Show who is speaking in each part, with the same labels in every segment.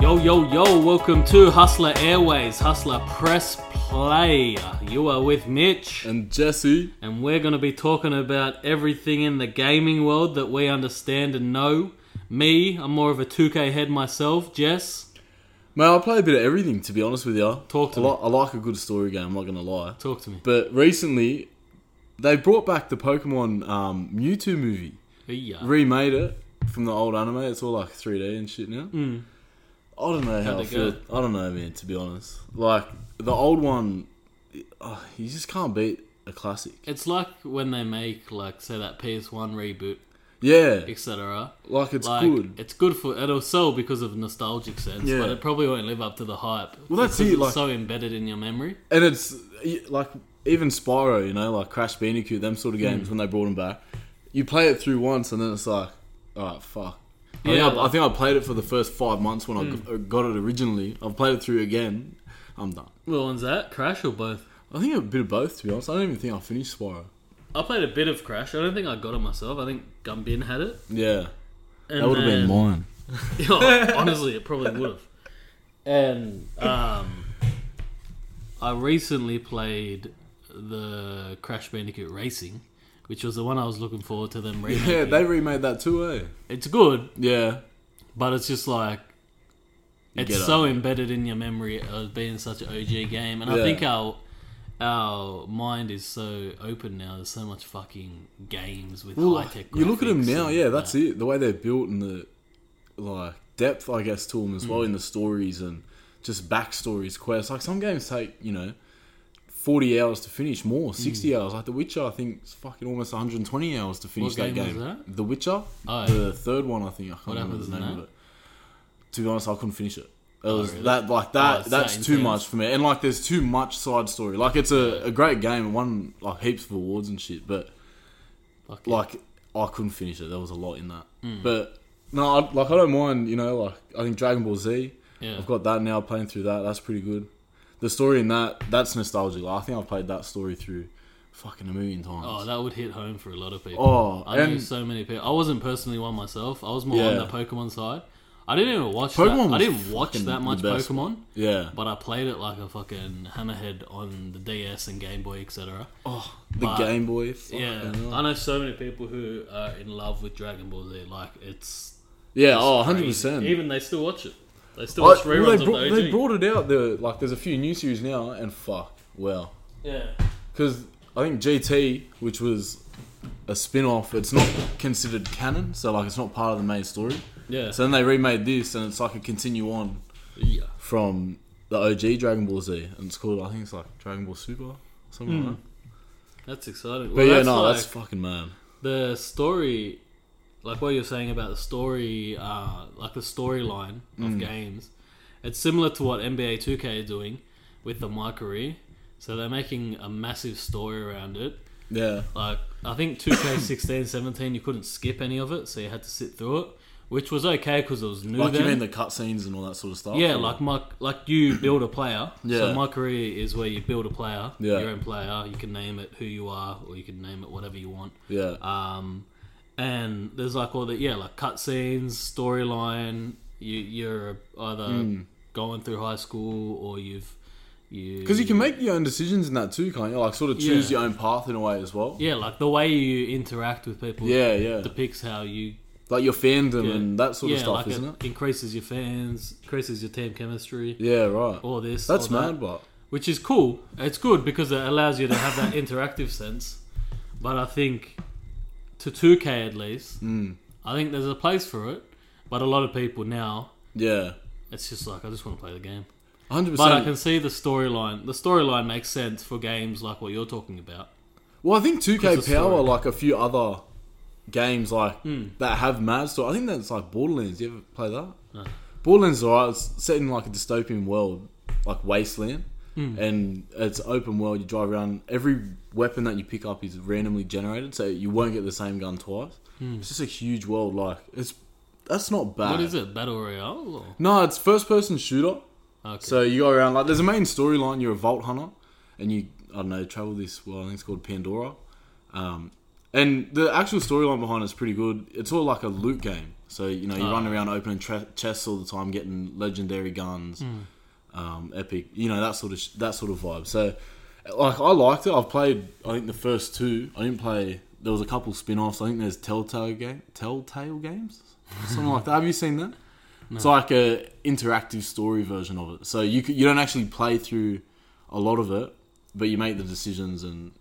Speaker 1: Yo, yo, yo, welcome to Hustler Airways, Hustler Press Play. You are with Mitch,
Speaker 2: and Jesse.
Speaker 1: and we're going to be talking about everything in the gaming world that we understand and know. Me, I'm more of a 2K head myself. Jess,
Speaker 2: Man, I play a bit of everything to be honest with you.
Speaker 1: Talk to
Speaker 2: I,
Speaker 1: me.
Speaker 2: li- I like a good story game. I'm not gonna lie.
Speaker 1: talk to me.
Speaker 2: But recently, they brought back the Pokemon um, Mewtwo movie,
Speaker 1: Yeah.
Speaker 2: remade it from the old anime. It's all like 3D and shit now.
Speaker 1: Mm.
Speaker 2: I don't know how
Speaker 1: How'd
Speaker 2: I
Speaker 1: it go?
Speaker 2: feel. I don't know, man. To be honest, like the old one, oh, you just can't beat a classic.
Speaker 1: It's like when they make, like, say that PS1 reboot,
Speaker 2: Yeah,
Speaker 1: etc.
Speaker 2: like it's
Speaker 1: like,
Speaker 2: good.
Speaker 1: It's good for it'll sell because of nostalgic sense,
Speaker 2: Yeah.
Speaker 1: but it probably won't live up to the hype.
Speaker 2: Well, that's
Speaker 1: because
Speaker 2: it,
Speaker 1: It's
Speaker 2: like-
Speaker 1: so embedded in your memory.
Speaker 2: And it's y- like even Spyro, you know, like Crash Bandicoot, them sort of games
Speaker 1: Hmm.
Speaker 2: when they brought them back. You play it through once, and then it's like, all right, fuck. I,
Speaker 1: Yeah,
Speaker 2: think I, I
Speaker 1: like- Hmm.
Speaker 2: think I played it for the first five months when I g- uh, got it originally. I've played it through again. I'm done.
Speaker 1: Well, one's that? Crash or both?
Speaker 2: I think a bit of both, to be honest. I don't even think I finished Spyro.
Speaker 1: I played a bit of Crash. I don't think I got it myself. I think Gumbin had it.
Speaker 2: Yeah,
Speaker 1: And
Speaker 2: that would have
Speaker 1: then-
Speaker 2: been mine.
Speaker 1: Yeah, honestly, it probably would have. And um, I recently played the Crash Bandicoot Racing, which was the one I was looking forward to them remaking.
Speaker 2: Yeah, they remade that too, eh?
Speaker 1: it's good,
Speaker 2: Yeah,
Speaker 1: but it's just like it's
Speaker 2: get
Speaker 1: so embedded in your memory of being such an OG game, and I
Speaker 2: Yeah.
Speaker 1: think our our mind is so open now. There's so much fucking games with
Speaker 2: Well,
Speaker 1: high tech.
Speaker 2: you look at them now, yeah, that's it. The way they're built and the like depth, I guess, to them as well in the stories and just backstories, quests. Like some games take you know forty hours to finish, more
Speaker 1: Hmm.
Speaker 2: sixty hours. Like The Witcher, I think it's fucking almost one hundred and twenty hours to finish that
Speaker 1: game was
Speaker 2: game.
Speaker 1: that?
Speaker 2: The Witcher,
Speaker 1: Oh,
Speaker 2: the third one, I think. I can't remember
Speaker 1: happens
Speaker 2: the
Speaker 1: in
Speaker 2: name of
Speaker 1: that?
Speaker 2: it. To be honest, I couldn't finish it. It was
Speaker 1: really?
Speaker 2: that like
Speaker 1: Oh,
Speaker 2: that.
Speaker 1: it's
Speaker 2: that's
Speaker 1: that
Speaker 2: too
Speaker 1: intense.
Speaker 2: much for me. And like, there's too much side story. Like, it's a, a great game and won like heaps of awards and shit. But
Speaker 1: Fuck yeah. Hmm.
Speaker 2: like I couldn't finish it. There was a lot in that, but no, I, like I don't mind. You know, like I think Dragon Ball Z.
Speaker 1: Yeah.
Speaker 2: have got that now. Playing through that, that's pretty good. The story in that, that's nostalgic. Like, I think I've played that story through fucking a million times.
Speaker 1: Oh, that would hit home for a lot of people.
Speaker 2: Oh,
Speaker 1: I know
Speaker 2: and-
Speaker 1: so many people. I wasn't personally one myself. I was more on
Speaker 2: Yeah.
Speaker 1: the Pokemon side. I didn't even watch
Speaker 2: Pokemon
Speaker 1: that. I
Speaker 2: was
Speaker 1: didn't watch
Speaker 2: fucking
Speaker 1: that
Speaker 2: the
Speaker 1: much
Speaker 2: best
Speaker 1: Pokemon,
Speaker 2: yeah,
Speaker 1: but I played it like a fucking hammerhead on the DS and Game Boy, etc.
Speaker 2: oh, the
Speaker 1: but-
Speaker 2: Game Boy. fucking
Speaker 1: yeah,
Speaker 2: hell.
Speaker 1: I know so many people who are in love with Dragon Ball Z. Like it's
Speaker 2: yeah. Oh, 100
Speaker 1: crazy.
Speaker 2: percent.
Speaker 1: Even they still watch it. They still watch reruns
Speaker 2: Well, they, brought,
Speaker 1: of the OG.
Speaker 2: they brought it out. The like, there's a few new series now, and fuck, well,
Speaker 1: yeah,
Speaker 2: Because I think GT, which was a spin off, it's not considered canon, so like it's not part of the main story.
Speaker 1: yeah,
Speaker 2: So then they remade this, and it's like a continue on
Speaker 1: yeah.
Speaker 2: from the OG Dragon Ball Z, and it's called, I think it's like Dragon Ball Super, or something like that.
Speaker 1: That's exciting.
Speaker 2: But
Speaker 1: Well,
Speaker 2: yeah,
Speaker 1: Hmm. that's
Speaker 2: no,
Speaker 1: like-
Speaker 2: that's fucking man.
Speaker 1: the story like what you're saying about the story uh, like the storyline of
Speaker 2: Mm.
Speaker 1: games it's similar to what nba 2k are doing with the mockery so they're making a massive story around it
Speaker 2: Yeah.
Speaker 1: like i think 2k 16 17 you couldn't skip any of it so you had to sit through it which was okay because it was new
Speaker 2: Like
Speaker 1: then.
Speaker 2: you mean the cutscenes and all that sort of stuff?
Speaker 1: Yeah,
Speaker 2: or-
Speaker 1: like my like you build a player. So
Speaker 2: Yeah.
Speaker 1: my career is where you build a player,
Speaker 2: Yeah.
Speaker 1: your own player. You can name it who you are, or you can name it whatever you want.
Speaker 2: Yeah.
Speaker 1: Um, and there's like all the yeah, like cutscenes, storyline. You you're either
Speaker 2: Hmm.
Speaker 1: going through high school or you've you
Speaker 2: Because you can make your own decisions in that too, can't you? Like sort of choose
Speaker 1: Yeah.
Speaker 2: your own path in a way as well.
Speaker 1: yeah, like the way you interact with people.
Speaker 2: Yeah, yeah.
Speaker 1: depicts how you
Speaker 2: Like your fandom
Speaker 1: Yeah.
Speaker 2: and that sort
Speaker 1: yeah
Speaker 2: of stuff,
Speaker 1: like
Speaker 2: isn't
Speaker 1: it,
Speaker 2: it?
Speaker 1: increases your fans, increases your team chemistry.
Speaker 2: Yeah, right.
Speaker 1: All this,
Speaker 2: That's
Speaker 1: all that.
Speaker 2: mad, but
Speaker 1: which is cool. It's good because it allows you to have that interactive sense. But I think to 2K at least,
Speaker 2: Hmm.
Speaker 1: I think there's a place for it. But a lot of people now,
Speaker 2: yeah.
Speaker 1: it's just like I just want to play the game.
Speaker 2: Hundred
Speaker 1: But I
Speaker 2: percent.
Speaker 1: can see the storyline. The storyline makes sense for games like what you're talking about.
Speaker 2: Well, I think 2K
Speaker 1: It's a
Speaker 2: Power,
Speaker 1: story. Hmm.
Speaker 2: like a few other games like that have mad story. I think that's like Borderlands. You ever play that?
Speaker 1: No.
Speaker 2: Borderlands is alright. It's set in like a dystopian world, like wasteland,
Speaker 1: Hmm.
Speaker 2: and it's open world. You drive around. Every weapon that you pick up is randomly generated, so you won't get the same gun twice. It's just a huge world. Like it's that's not bad.
Speaker 1: Hmm. What is it? Battle Royale? Or?
Speaker 2: No, it's first person shooter.
Speaker 1: Okay.
Speaker 2: So you go around like there's a main storyline. You're a vault hunter, and you I don't know travel this. Well, I think it's called Pandora, um, and the actual storyline behind it's pretty good. It's all like a loot game. So you know you
Speaker 1: Oh.
Speaker 2: run around opening tre- chests all the time, getting legendary guns, um, epic, you know that sort of sh- that sort of vibe. So like I liked it. I've played I think the first two. I didn't play. There was a couple spin-offs. I think there's Telltale game, Telltale games, something like that. Have you seen that? It's like a interactive story version of it. So you c- you don't actually play through a lot of it, but you make the decisions and.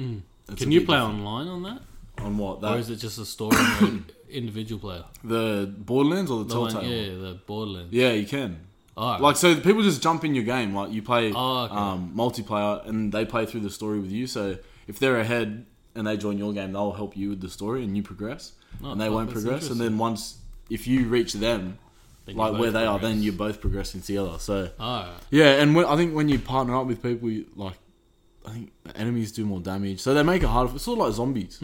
Speaker 1: Mm.
Speaker 2: it's
Speaker 1: Can
Speaker 2: a Uh,
Speaker 1: you
Speaker 2: bit
Speaker 1: play
Speaker 2: different.
Speaker 1: online on that,
Speaker 2: on what
Speaker 1: or
Speaker 2: that
Speaker 1: is it just a story mode individual player?
Speaker 2: the Borderlands or the,
Speaker 1: The one-
Speaker 2: Telltale?
Speaker 1: yeah, the Borderlands.
Speaker 2: yeah, you can.
Speaker 1: All right.
Speaker 2: Like so, people just jump in your game. Like you play
Speaker 1: Oh, okay.
Speaker 2: um, multiplayer, and they play through the story with you. So if they're ahead and they join your game, they'll help you with the story, and you progress.
Speaker 1: Oh,
Speaker 2: and they
Speaker 1: fuck,
Speaker 2: won't
Speaker 1: that's
Speaker 2: progress. And then once if you reach them,
Speaker 1: Then you
Speaker 2: like where
Speaker 1: both
Speaker 2: they are, then
Speaker 1: progress.
Speaker 2: you're both progressing together. So
Speaker 1: All right.
Speaker 2: yeah, and when, I think when you partner up with people, you, like I think enemies do more damage, so they make it harder. It's sort of like zombies.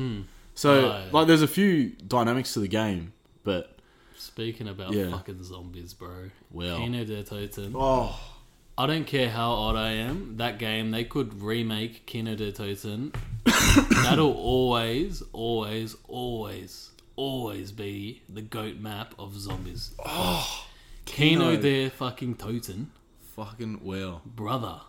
Speaker 2: So
Speaker 1: Oh, yeah.
Speaker 2: like, there's a few dynamics to the game, but
Speaker 1: Speaking about
Speaker 2: Yeah.
Speaker 1: fucking zombies, bro.
Speaker 2: Well.
Speaker 1: Kino de Toten.
Speaker 2: oh,
Speaker 1: I don't care how old I am. That game, they could remake Kino de Toten. That'll always, always, always, always be the goat map of zombies. Oh, Kino,
Speaker 2: Kino.
Speaker 1: de fucking Toten,
Speaker 2: fucking well.
Speaker 1: brother.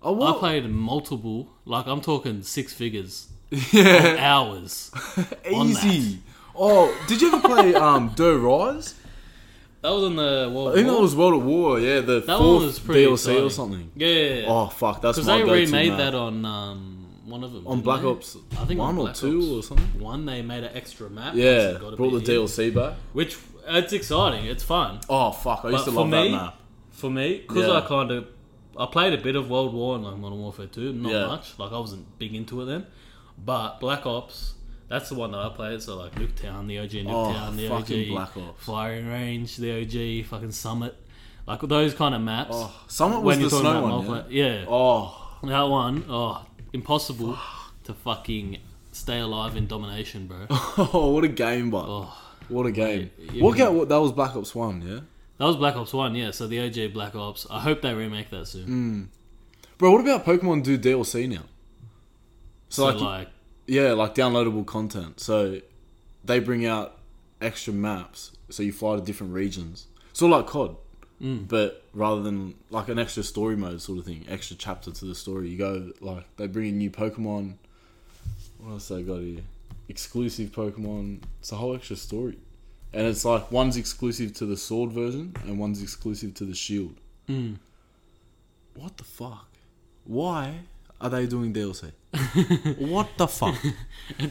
Speaker 2: Oh,
Speaker 1: I
Speaker 2: what?
Speaker 1: played multiple, like I'm talking six figures,
Speaker 2: yeah.
Speaker 1: hours. on that.
Speaker 2: Easy. Oh, did you ever play um Do Rise?
Speaker 1: That was on the World
Speaker 2: I think that
Speaker 1: War.
Speaker 2: was World at War. Yeah, the
Speaker 1: That
Speaker 2: fourth
Speaker 1: one was pretty
Speaker 2: DLC
Speaker 1: exciting.
Speaker 2: or something.
Speaker 1: Yeah, yeah, yeah.
Speaker 2: Oh fuck, that's
Speaker 1: Because
Speaker 2: my
Speaker 1: they
Speaker 2: go-to
Speaker 1: remade
Speaker 2: now.
Speaker 1: that on um, one of them.
Speaker 2: on
Speaker 1: didn't
Speaker 2: Black
Speaker 1: they?
Speaker 2: Ops.
Speaker 1: I think
Speaker 2: one
Speaker 1: on
Speaker 2: or
Speaker 1: Black
Speaker 2: two
Speaker 1: Ops.
Speaker 2: or something.
Speaker 1: One, they made an extra map.
Speaker 2: Yeah,
Speaker 1: once it got a
Speaker 2: brought the
Speaker 1: bit in,
Speaker 2: DLC back.
Speaker 1: Which, it's exciting. It's fun.
Speaker 2: Oh fuck, I used
Speaker 1: But
Speaker 2: to
Speaker 1: for
Speaker 2: love
Speaker 1: me-
Speaker 2: that map.
Speaker 1: For me, because
Speaker 2: Yeah.
Speaker 1: I kind of... I played a bit of World War and like Modern Warfare 2. Not
Speaker 2: Yeah.
Speaker 1: much. Like, I wasn't big into it then. But Black Ops... That's the one that I played. So like Nuketown, the OG Nuketown, the
Speaker 2: Oh,
Speaker 1: OG
Speaker 2: fucking Black Ops.
Speaker 1: Firing Range, the OG fucking Summit, like those kind of maps.
Speaker 2: Oh, someone
Speaker 1: when
Speaker 2: was the
Speaker 1: you're talking
Speaker 2: snow
Speaker 1: about
Speaker 2: one.
Speaker 1: multiplayer,
Speaker 2: yeah?
Speaker 1: yeah.
Speaker 2: Oh,
Speaker 1: That one, oh, impossible to fucking stay alive in domination, bro. That
Speaker 2: what a game, but
Speaker 1: Oh.
Speaker 2: what a game.
Speaker 1: you-
Speaker 2: Look at what that was Black Ops One, yeah.
Speaker 1: was Black Ops 1, yeah, so the OG Black Ops. I hope they remake that
Speaker 2: Mm.
Speaker 1: soon.
Speaker 2: Bro, what about Pokemon do DLC now?
Speaker 1: so, like,
Speaker 2: Yeah, like downloadable content. So they bring out extra maps, so you fly to different regions. Sort of like COD, but rather than like an extra story mode sort of thing, extra chapter to the story. You go like they bring in new Pokemon. What else they got here? Exclusive Pokemon. It's a whole extra story, and it's like one's exclusive to the Sword version and one's exclusive to the Shield. What the fuck? Why are they doing DLC? what the fuck?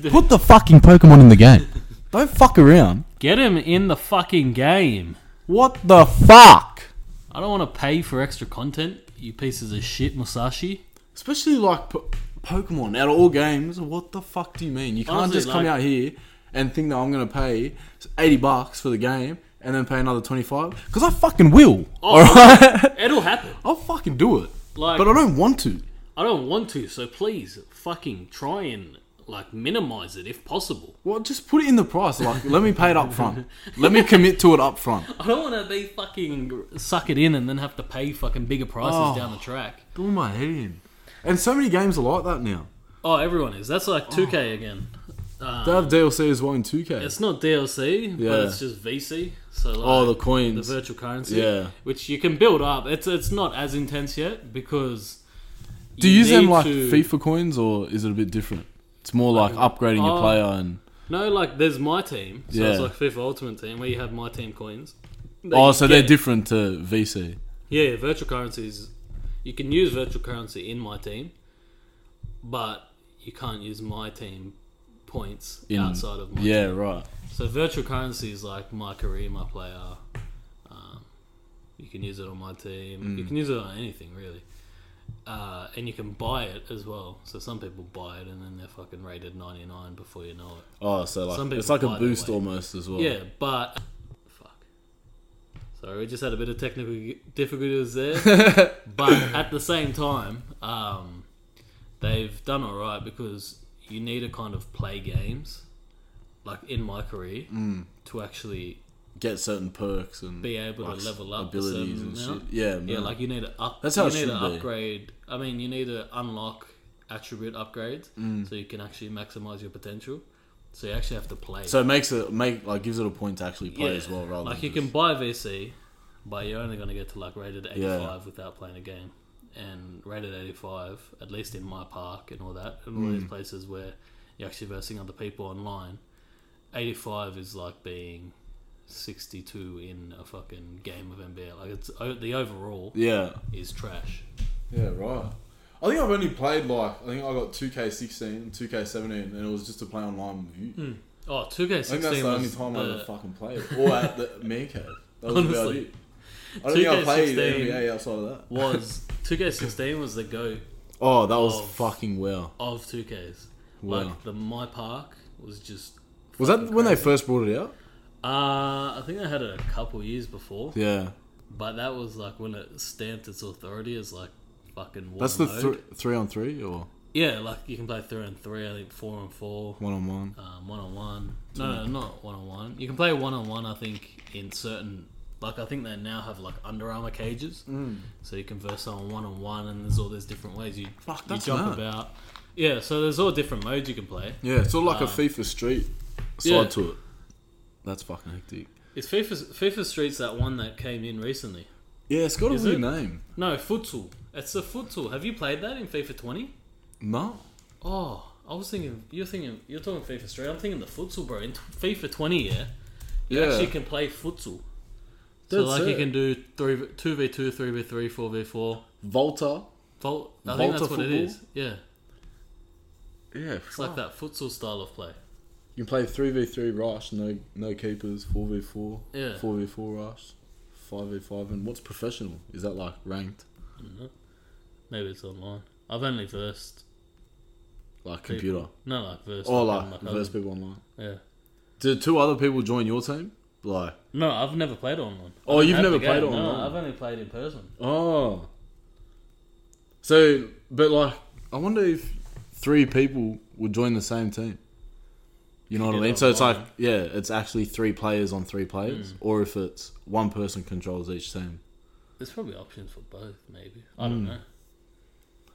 Speaker 2: Put the fucking Pokemon in the game. Don't fuck around.
Speaker 1: get him in the fucking game.
Speaker 2: What the fuck?
Speaker 1: I don't want to pay for extra content, you pieces of shit, Musashi.
Speaker 2: Especially like po- Pokemon out of all games. What the fuck do you mean? You can't
Speaker 1: Honestly,
Speaker 2: just come
Speaker 1: like-
Speaker 2: out here and think that I'm gonna pay eighty bucks for the game and then pay another twenty five because I fucking will. all right,
Speaker 1: It'll happen.
Speaker 2: I'll fucking do it.
Speaker 1: Oh. Like-
Speaker 2: but I don't want to.
Speaker 1: I don't want to, so please fucking try and like minimize it if possible.
Speaker 2: Well, just put it in the price. Like, let me pay it up front. Let me commit to it up front.
Speaker 1: I don't want to be fucking suck it in and then have to pay fucking bigger prices
Speaker 2: Oh.
Speaker 1: down the track.
Speaker 2: Doing my head in. And so many games are like that now.
Speaker 1: Oh, everyone is. That's like 2K
Speaker 2: Oh.
Speaker 1: again. Uh,
Speaker 2: They have DLC as well in 2K.
Speaker 1: It's not DLC,
Speaker 2: Yeah.
Speaker 1: but it's just VC. So like
Speaker 2: oh, the
Speaker 1: the
Speaker 2: coins.
Speaker 1: virtual currency,
Speaker 2: Yeah.
Speaker 1: which you can build up. It's it's not as intense yet because
Speaker 2: Do you use them
Speaker 1: need
Speaker 2: like
Speaker 1: to-
Speaker 2: FIFA coins or is it a bit different? It's more like upgrading your
Speaker 1: oh.
Speaker 2: player and
Speaker 1: No, like there's my team, so
Speaker 2: Yeah.
Speaker 1: it's like FIFA Ultimate Team where you have my team coins. that
Speaker 2: oh,
Speaker 1: you
Speaker 2: so they're
Speaker 1: get.
Speaker 2: different to VC.
Speaker 1: Yeah, virtual currencies. You can use virtual currency in my team, but you can't use my team points
Speaker 2: In-
Speaker 1: outside of my
Speaker 2: Yeah, right.
Speaker 1: So virtual currency is like my career, my player. Um, you can use it on my team. You can use it on anything really, uh, and you can buy it as well. So some people buy it and then they're fucking rated ninety nine before you know it.
Speaker 2: Oh, so like
Speaker 1: Some
Speaker 2: it's
Speaker 1: people
Speaker 2: like a
Speaker 1: buy their
Speaker 2: boost
Speaker 1: way.
Speaker 2: almost as well.
Speaker 1: Yeah, but fuck. Sorry, we just had a bit of technical difficulties there, but at the same time, um, they've done all right because you need to kind of play games, like in my career, to actually
Speaker 2: Get certain perks and
Speaker 1: be able
Speaker 2: like,
Speaker 1: to level up a
Speaker 2: abilities
Speaker 1: certain
Speaker 2: and shit.
Speaker 1: amount.
Speaker 2: Yeah,
Speaker 1: Yeah,
Speaker 2: man.
Speaker 1: like you need to up.
Speaker 2: That's how
Speaker 1: you
Speaker 2: it
Speaker 1: need
Speaker 2: should
Speaker 1: to
Speaker 2: be.
Speaker 1: upgrade. I mean,
Speaker 2: Mm.
Speaker 1: you need to unlock attribute upgrades so you can actually maximize your potential. So you actually have to play.
Speaker 2: So it makes it make like gives it a point to actually play as well, rather
Speaker 1: like
Speaker 2: than
Speaker 1: you
Speaker 2: just-
Speaker 1: can buy VC, but you're only going to get to like rated 85
Speaker 2: Yeah.
Speaker 1: without playing a game. And rated 85, at least in my park and all that, and all
Speaker 2: Hmm.
Speaker 1: these places where you're actually versing other people online, 85 is like being 62 in a fucking game of NBA. Like it's o- the overall
Speaker 2: Yeah,
Speaker 1: is trash.
Speaker 3: Yeah, right. I think I've only played like I think I got two K sixteen, two K seventeen, and it was just to play online with you.
Speaker 1: Oh, 2K16
Speaker 3: I think that's the only
Speaker 1: was
Speaker 3: time I ever
Speaker 1: the,
Speaker 3: fucking played, or at the man cave. That was about
Speaker 1: Honestly.
Speaker 3: it. I don't think I played
Speaker 1: 2K16
Speaker 3: NBA outside of that.
Speaker 1: was 2K16 was the goat
Speaker 2: Oh, that was
Speaker 1: Oh.
Speaker 2: fucking well.
Speaker 1: of 2Ks.
Speaker 2: Wow.
Speaker 1: Like the my park was just
Speaker 2: Was that when they first brought it out?
Speaker 1: Uh, I think I had it a couple years before,
Speaker 2: Yeah,
Speaker 1: but that was like when it stamped its authority as like fucking one
Speaker 2: that's the
Speaker 1: mode.
Speaker 2: thr three on three or
Speaker 1: yeah, like you can play three on three, I think four on four,
Speaker 2: one on one.
Speaker 1: um, one on one. No, no, not one on one. You can play one on one. I think in certain like I think they now have like Under Armour cages, mm. so you can verse on one on one, and there's all these different ways you
Speaker 2: Fuck,
Speaker 1: you
Speaker 2: that's
Speaker 1: jump
Speaker 2: mad.
Speaker 1: about. Yeah, so there's all different modes you can play.
Speaker 2: Yeah, it's all like a FIFA Street side
Speaker 1: yeah.
Speaker 2: to it. That's fucking hectic.
Speaker 1: Is FIFA FIFA Street's that one that came in recently?
Speaker 2: Yeah, it's got a
Speaker 1: Is
Speaker 2: weird
Speaker 1: it?
Speaker 2: name.
Speaker 1: No, futsal. It's the futsal. Have you played that in FIFA 20?
Speaker 2: No,
Speaker 1: Oh, I was thinking. You're thinking. You're talking FIFA Street. I'm thinking the futsal, bro. In t- FIFA 20, yeah, you
Speaker 2: Yeah.
Speaker 1: actually can play futsal. so
Speaker 2: That's
Speaker 1: like you
Speaker 2: it.
Speaker 1: can do three, two v two, three v three, four v four.
Speaker 2: Volta.
Speaker 1: Vol- I
Speaker 2: Volta
Speaker 1: think that's what it
Speaker 2: football?
Speaker 1: is. Yeah,
Speaker 2: Yeah,
Speaker 1: it's like that futsal style of play.
Speaker 2: You can play three v three rush, no no keepers, four v four,
Speaker 1: Yeah.
Speaker 2: four v four rush, five v five. And what's professional? Is that like ranked,
Speaker 1: Maybe it's online. I've only versed.
Speaker 2: like computer,
Speaker 1: No, Oh, like versed.
Speaker 2: or
Speaker 1: with
Speaker 2: like
Speaker 1: my
Speaker 2: versus
Speaker 1: cousin.
Speaker 2: people online?
Speaker 1: Yeah.
Speaker 2: Did two other people join your team? Like
Speaker 1: No, I've never played online. I
Speaker 2: Oh,
Speaker 1: don't
Speaker 2: you've
Speaker 1: have
Speaker 2: never
Speaker 1: the game.
Speaker 2: played
Speaker 1: No,
Speaker 2: online.
Speaker 1: I've only played in person.
Speaker 2: oh, so but like I wonder if three people would join the same team. You know what I
Speaker 1: Yeah,
Speaker 2: mean?
Speaker 1: that's
Speaker 2: So it's
Speaker 1: fine.
Speaker 2: like yeah, it's actually three players on three players,
Speaker 1: Mm.
Speaker 2: or if it's one person controls each team.
Speaker 1: There's probably options for both. Maybe I don't know.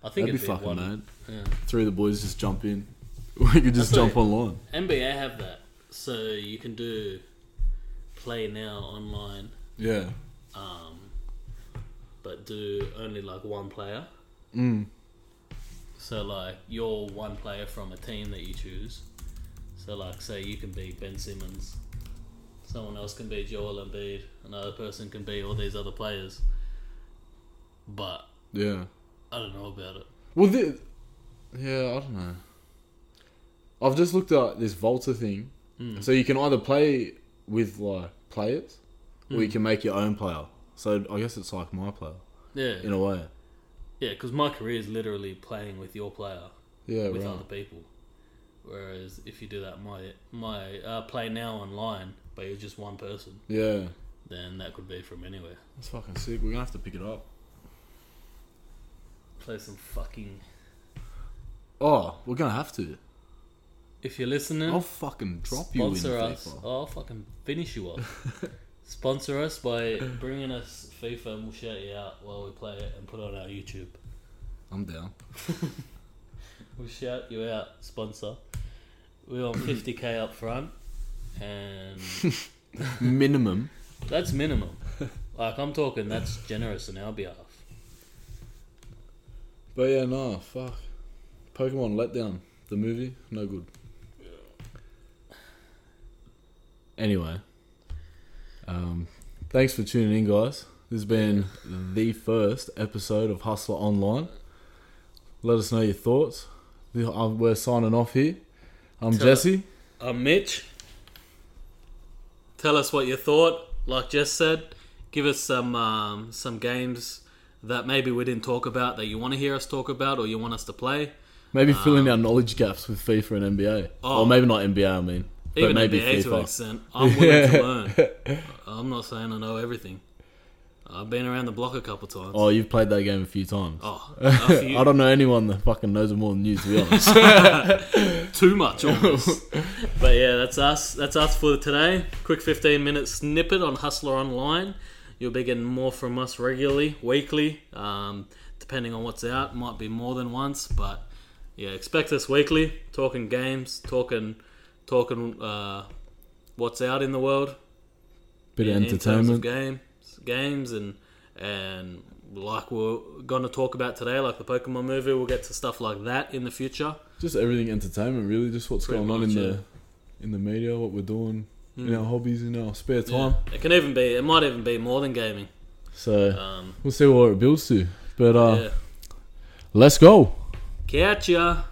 Speaker 1: I think
Speaker 2: Hmm. That'd be
Speaker 1: it'd be
Speaker 2: fucking
Speaker 1: one.
Speaker 2: mad.
Speaker 1: Yeah.
Speaker 2: Three of the boys just jump in. We could just
Speaker 1: That's
Speaker 2: jump
Speaker 1: right.
Speaker 2: online.
Speaker 1: NBA have that, so you can do play now online,
Speaker 2: Yeah.
Speaker 1: um, but do only like one player.
Speaker 2: Mm.
Speaker 1: So like you're one player from a team that you choose. So like say you can be Ben Simmons, someone else can be Joel Embiid, another person can be all these other players. But
Speaker 2: Yeah.
Speaker 1: I don't know about it.
Speaker 2: Well, the, yeah, I don't know. I've just looked at this Volta thing. So you can either play with like players, or you can make your own player. So I guess it's like my player
Speaker 1: Yeah,
Speaker 2: in a way.
Speaker 1: yeah, because my career is literally playing with your player.
Speaker 2: Yeah,
Speaker 1: with
Speaker 2: right.
Speaker 1: other people. Whereas if you do that, my my uh, play now online, but you're just one person,
Speaker 2: Yeah,
Speaker 1: then that could be from anywhere.
Speaker 2: that's fucking sick. We're gonna have to pick it up.
Speaker 1: Play some fucking.
Speaker 2: Oh, we're gonna have to.
Speaker 1: If you're listening,
Speaker 2: I'll fucking drop you
Speaker 1: sponsor
Speaker 2: in
Speaker 1: us.
Speaker 2: FIFA.
Speaker 1: Oh, I'll fucking finish you off. sponsor us by bringing us FIFA, and we'll shout you out while we play it and put it on our YouTube.
Speaker 2: I'm down.
Speaker 1: We'll shout you out, sponsor. We're on 50k up front, and
Speaker 2: Minimum.
Speaker 1: that's minimum. Like I'm talking, that's generous on our behalf.
Speaker 2: But yeah, no, fuck. Pokemon Letdown, the movie, no good. Anyway, um, thanks for tuning in, guys. This has been the first episode of Hustler Online. Let us know your thoughts. The- uh, We're signing off here. I'm
Speaker 1: Tell-
Speaker 2: Jesse.
Speaker 1: I'm Uh, Mitch. Tell us what you thought. Like Jess said, give us some um, some games that maybe we didn't talk about that you want to hear us talk about or you want us to play.
Speaker 2: Maybe fill in our knowledge gaps with FIFA and NBA,
Speaker 1: Oh.
Speaker 2: or maybe not NBA. I mean,
Speaker 1: Even
Speaker 2: but maybe
Speaker 1: NBA to an
Speaker 2: FIFA.
Speaker 1: extent. I'm willing to learn. I'm not saying I know everything. I've been around the block a couple times.
Speaker 2: Oh, you've played that game a few times.
Speaker 1: Oh, enough of you.
Speaker 2: I don't know anyone that fucking knows it more than you, to be honest.
Speaker 1: too much almost. but yeah, that's us. That's us for today. Quick 15 minute snippet on Hustler Online. You'll be getting more from us regularly, weekly, um, depending on what's out. Might be more than once, but yeah, expect us weekly. Talking games, talking talking uh, what's out in the world,
Speaker 2: Bit
Speaker 1: in-
Speaker 2: of
Speaker 1: in terms of
Speaker 2: entertainment.
Speaker 1: games, games, and and like we're gonna talk about today, like the Pokemon movie. We'll get to stuff like that in the future.
Speaker 2: Just everything entertainment, really. Just what's
Speaker 1: Pretty
Speaker 2: going on in
Speaker 1: much, Hmm.
Speaker 2: the in the media, what we're doing in our hobbies, in our spare
Speaker 1: Yeah.
Speaker 2: time.
Speaker 1: It can even be. It might even be more than gaming.
Speaker 2: So
Speaker 1: Um,
Speaker 2: we'll see what it builds to. But uh,
Speaker 1: yeah.
Speaker 2: let's go.
Speaker 1: Catch ya.